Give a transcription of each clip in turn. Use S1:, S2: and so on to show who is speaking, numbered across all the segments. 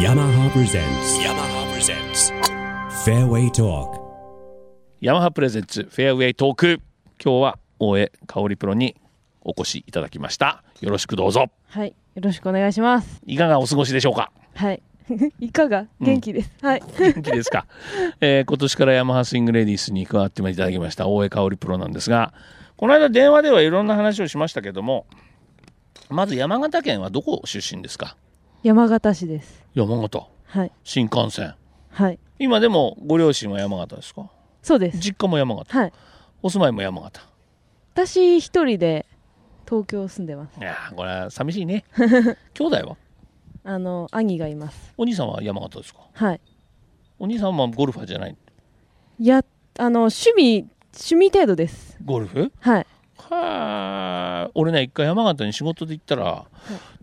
S1: yamaha presents yamaha presents fairway talk
S2: ヤマハプレゼンツフェアウェイトーク今日は大江香織プロにお越しいただきましたよろしくどうぞ
S3: はい、よろしくお願いします。
S2: いかがお過ごしでしょうか
S3: はい。 いかが元気です。 はい。
S2: 元気ですか、えー今年からヤマハスイングレディースに加わっていただきました大江香織プロなんですがこの間電話ではいろんな話をしましたけどもまず山形県はどこ出身ですか
S3: 山形市です。
S2: 山形
S3: はい。
S2: 新幹線
S3: はい。
S2: 今でもご両親は山形ですか
S3: そうです。
S2: 実家も山形
S3: はい。
S2: お住まいも山形
S3: 私一人で東京住んでます。
S2: いやーこれは寂しい ね兄弟は
S3: あの兄がいます。
S2: お兄さんは山形ですか
S3: はい。
S2: お兄さんはゴルファーじゃない
S3: いや、あの趣味趣味程度です。
S2: ゴルフ
S3: はい。
S2: はあ俺ね一回山形に仕事で行ったら、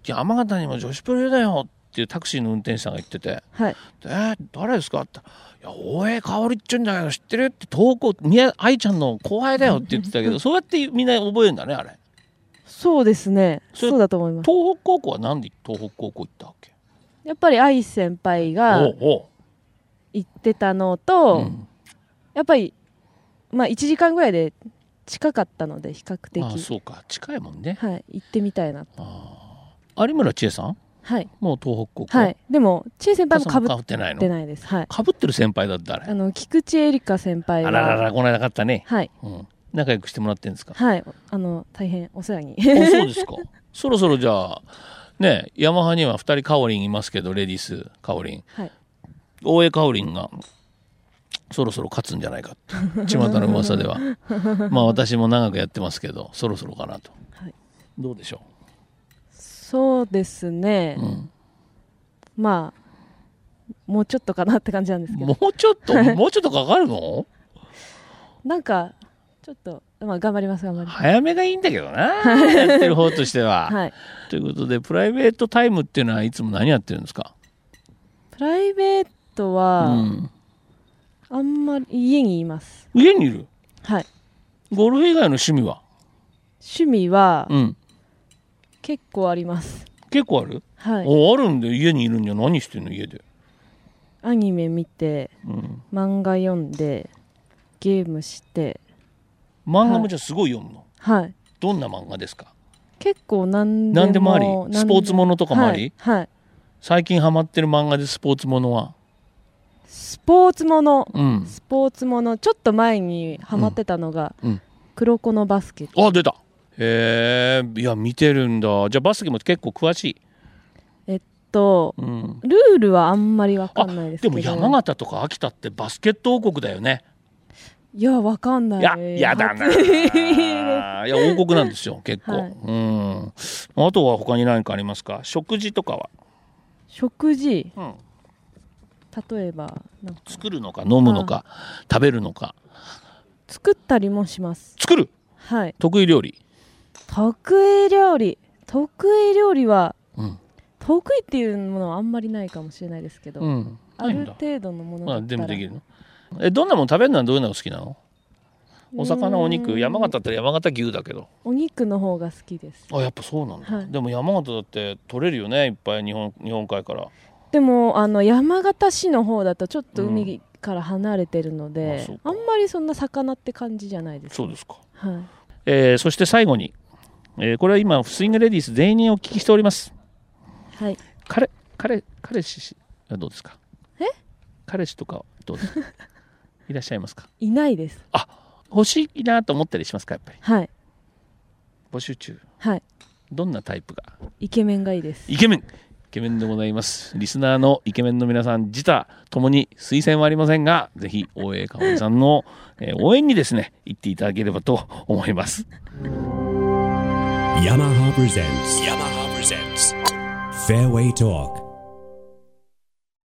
S2: 山形にも女子プロいるだよっていうタクシーの運転手さんが言ってて
S3: はい。
S2: 「えー、誰ですか?」って言ったら「いや大江香織っちゅうんだけど知ってる?」って東高宮愛ちゃんの後輩だよって言ってた けどそうやってみんな覚えるんだねあれ
S3: そうですね。
S2: それ
S3: そうだと思います。
S2: 東北高校はなんで東北高校行ったわけ
S3: やっぱり愛先輩
S2: お
S3: が
S2: うお
S3: 行ってたの
S2: う、
S3: と、
S2: うん
S3: やっぱりまあ1時間ぐらいで近かったので比較的
S2: ああそうか近いもんね
S3: はい行ってみたいな。
S2: 有村千恵さん
S3: はい。
S2: もう東北高校、
S3: はい、でも、千恵先輩もか
S2: か
S3: ぶ
S2: ぶ
S3: っ
S2: ってないの
S3: てないです。はい、
S2: かぶってる先輩だったあれ
S3: あの菊池恵梨香先輩
S2: あらら
S3: は、
S2: ら、この間買ったね。
S3: はい、
S2: うん。仲良くしてもらってんですか。あ、
S3: はい、あの大変お 世話に。
S2: そうです か。そろそろじゃあ、ね、ヤマハには二人カオリンいますけど、レディースカオリン。
S3: はい、
S2: 大江カオリンが、そろそろ勝つんじゃないかって。巷の噂では。 まあ私も長くやってますけど、そろそろかなと。
S3: はい
S2: どうでしょ
S3: そうですね
S2: う。う、ん。
S3: まあ、もうちょっとかなって感じなんですけど
S2: も、うちょっと、もうちょっとかかるの
S3: なんか、ちょっと、まあ、頑張ります、頑張ります。
S2: 早めがいいんだけどな。やってる方としては。
S3: はい、
S2: ということで、プライベートタイムっていうのはいつも何やってるんですか
S3: プライベート
S2: う
S3: は、
S2: ん。
S3: あんまり家にいます。
S2: 家にいる
S3: はい、
S2: ゴルフ以外の趣味は
S3: 趣味は
S2: うん。
S3: 結構あります。
S2: 結構ある、
S3: はい、
S2: おあるんで家にいるんじゃ何してんの家で。
S3: アニメ見て、
S2: うん。
S3: 漫画読んで、ゲームして、
S2: 漫画もじゃあすごい読むの、
S3: はい。
S2: どんな漫画ですか
S3: 結構何でも
S2: 何でもあり
S3: 何で
S2: スポーツものとかもあり、
S3: はい、はい
S2: 最近ハマってる漫画でスポーツものは。
S3: スポーツもの
S2: うん。
S3: スポーツものちょっと前にハマってたのが
S2: うんうん
S3: 「黒子のバスケット
S2: あ、出たへえ、いや、見てるんだ。じゃあバスケも結構詳しい。」
S3: と
S2: うん。
S3: ルールはあんまりわかんないですけ
S2: で
S3: ど
S2: も山形とか秋田ってバスケット王国だよね。
S3: いやわかんない
S2: いや、やだな。
S3: 初
S2: いや、王国なんですよ、結構。
S3: はい
S2: うん。あとは他に何かありますか食事とかは。
S3: 食事
S2: うん。
S3: 例えばなんか
S2: 作るのか飲むのか食べるのか
S3: 作ったりもします
S2: 作る
S3: はい
S2: 得意料理
S3: 得意料理得意料理は
S2: うん、
S3: 得意っていうものはあんまりないかもしれないですけど、
S2: うん、
S3: あ
S2: ないん
S3: る
S2: だ
S3: 程度のもの
S2: ま
S3: だ
S2: あ
S3: っ
S2: で
S3: たら
S2: もできるのえどんなもの食べるのはどういうのが好きなのお魚お
S3: うー
S2: 肉
S3: ん
S2: 山形だったら山形牛だけど
S3: お肉の方が好きです
S2: あやっぱそうなんだ、
S3: はい
S2: でも山形だって取れるよねいっぱい日本日本海から、
S3: でもあの山形市の方だとちょっと
S2: う
S3: 海から離れてるの
S2: あ
S3: で、
S2: そうか
S3: あんまりそんな魚って感じじゃないです、
S2: そうですか、
S3: はい、
S2: えーそして最後に、えーこれは今スイングレディース全員にお聞きしております
S3: はい、
S2: 彼彼彼氏はどうですかえ彼氏とかどうです かいらっしゃいますか
S3: いないです
S2: 欲しいなと思ったりしますかやっぱり
S3: はい
S2: 募集中
S3: はい
S2: どんなタイプが
S3: イケメンがいいです
S2: イケメンイケメンでございますリスナーのイケメンの皆さん自他ともに推薦はありませんがぜひ大江かおりさんの、えー応援にですね行っていただければと思います
S1: yamaha presents yamaha presents fairway talk